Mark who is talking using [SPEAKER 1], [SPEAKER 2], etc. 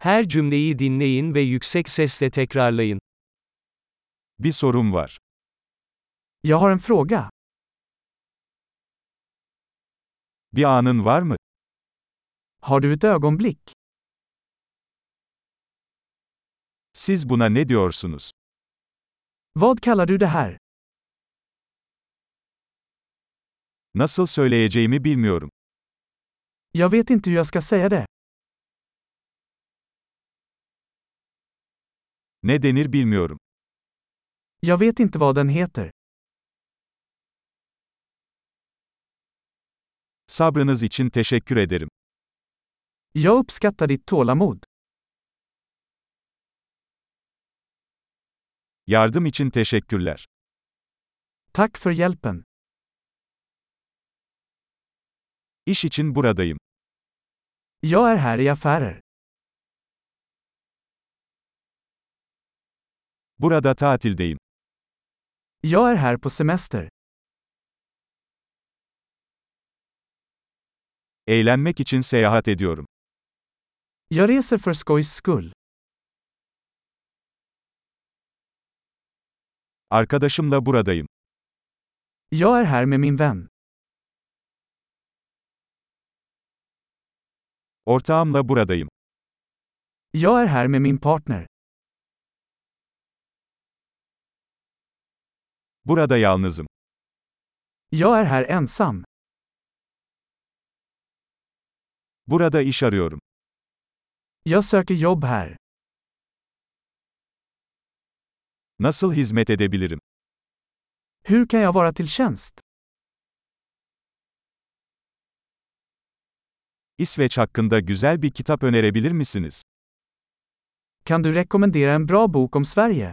[SPEAKER 1] Her cümleyi dinleyin ve yüksek sesle tekrarlayın.
[SPEAKER 2] Bir sorum var.
[SPEAKER 3] Jag har en fråga.
[SPEAKER 2] Bir anın var mı?
[SPEAKER 3] Har du ett ögonblick?
[SPEAKER 2] Siz buna ne diyorsunuz?
[SPEAKER 3] Vad kallar du det här?
[SPEAKER 2] Nasıl söyleyeceğimi bilmiyorum.
[SPEAKER 3] Jag vet inte hur jag ska säga det.
[SPEAKER 2] Ne denir bilmiyorum.
[SPEAKER 3] Jag vet inte vad den heter.
[SPEAKER 2] Sabrınız için teşekkür ederim.
[SPEAKER 3] Jag uppskattar ditt tålamod.
[SPEAKER 2] Yardım için teşekkürler.
[SPEAKER 3] Tack för hjälpen.
[SPEAKER 2] İş için buradayım.
[SPEAKER 3] Jag är här i affärer.
[SPEAKER 2] Burada tatildeyim.
[SPEAKER 3] Jag är här på semester.
[SPEAKER 2] Eğlenmek için seyahat ediyorum.
[SPEAKER 3] Jag reser för skojs skull.
[SPEAKER 2] Arkadaşımla buradayım.
[SPEAKER 3] Jag är här med min vän.
[SPEAKER 2] Ortağımla buradayım.
[SPEAKER 3] Jag är här med min partner.
[SPEAKER 2] Burada yalnızım.
[SPEAKER 3] Jag är här ensam.
[SPEAKER 2] Burada iş arıyorum.
[SPEAKER 3] Jag söker jobb här.
[SPEAKER 2] Nasıl hizmet edebilirim?
[SPEAKER 3] Hur kan jag vara till tjänst?
[SPEAKER 2] İsveç hakkında güzel bir kitap önerebilir misiniz?
[SPEAKER 3] Kan du rekommendera en bra bok om Sverige?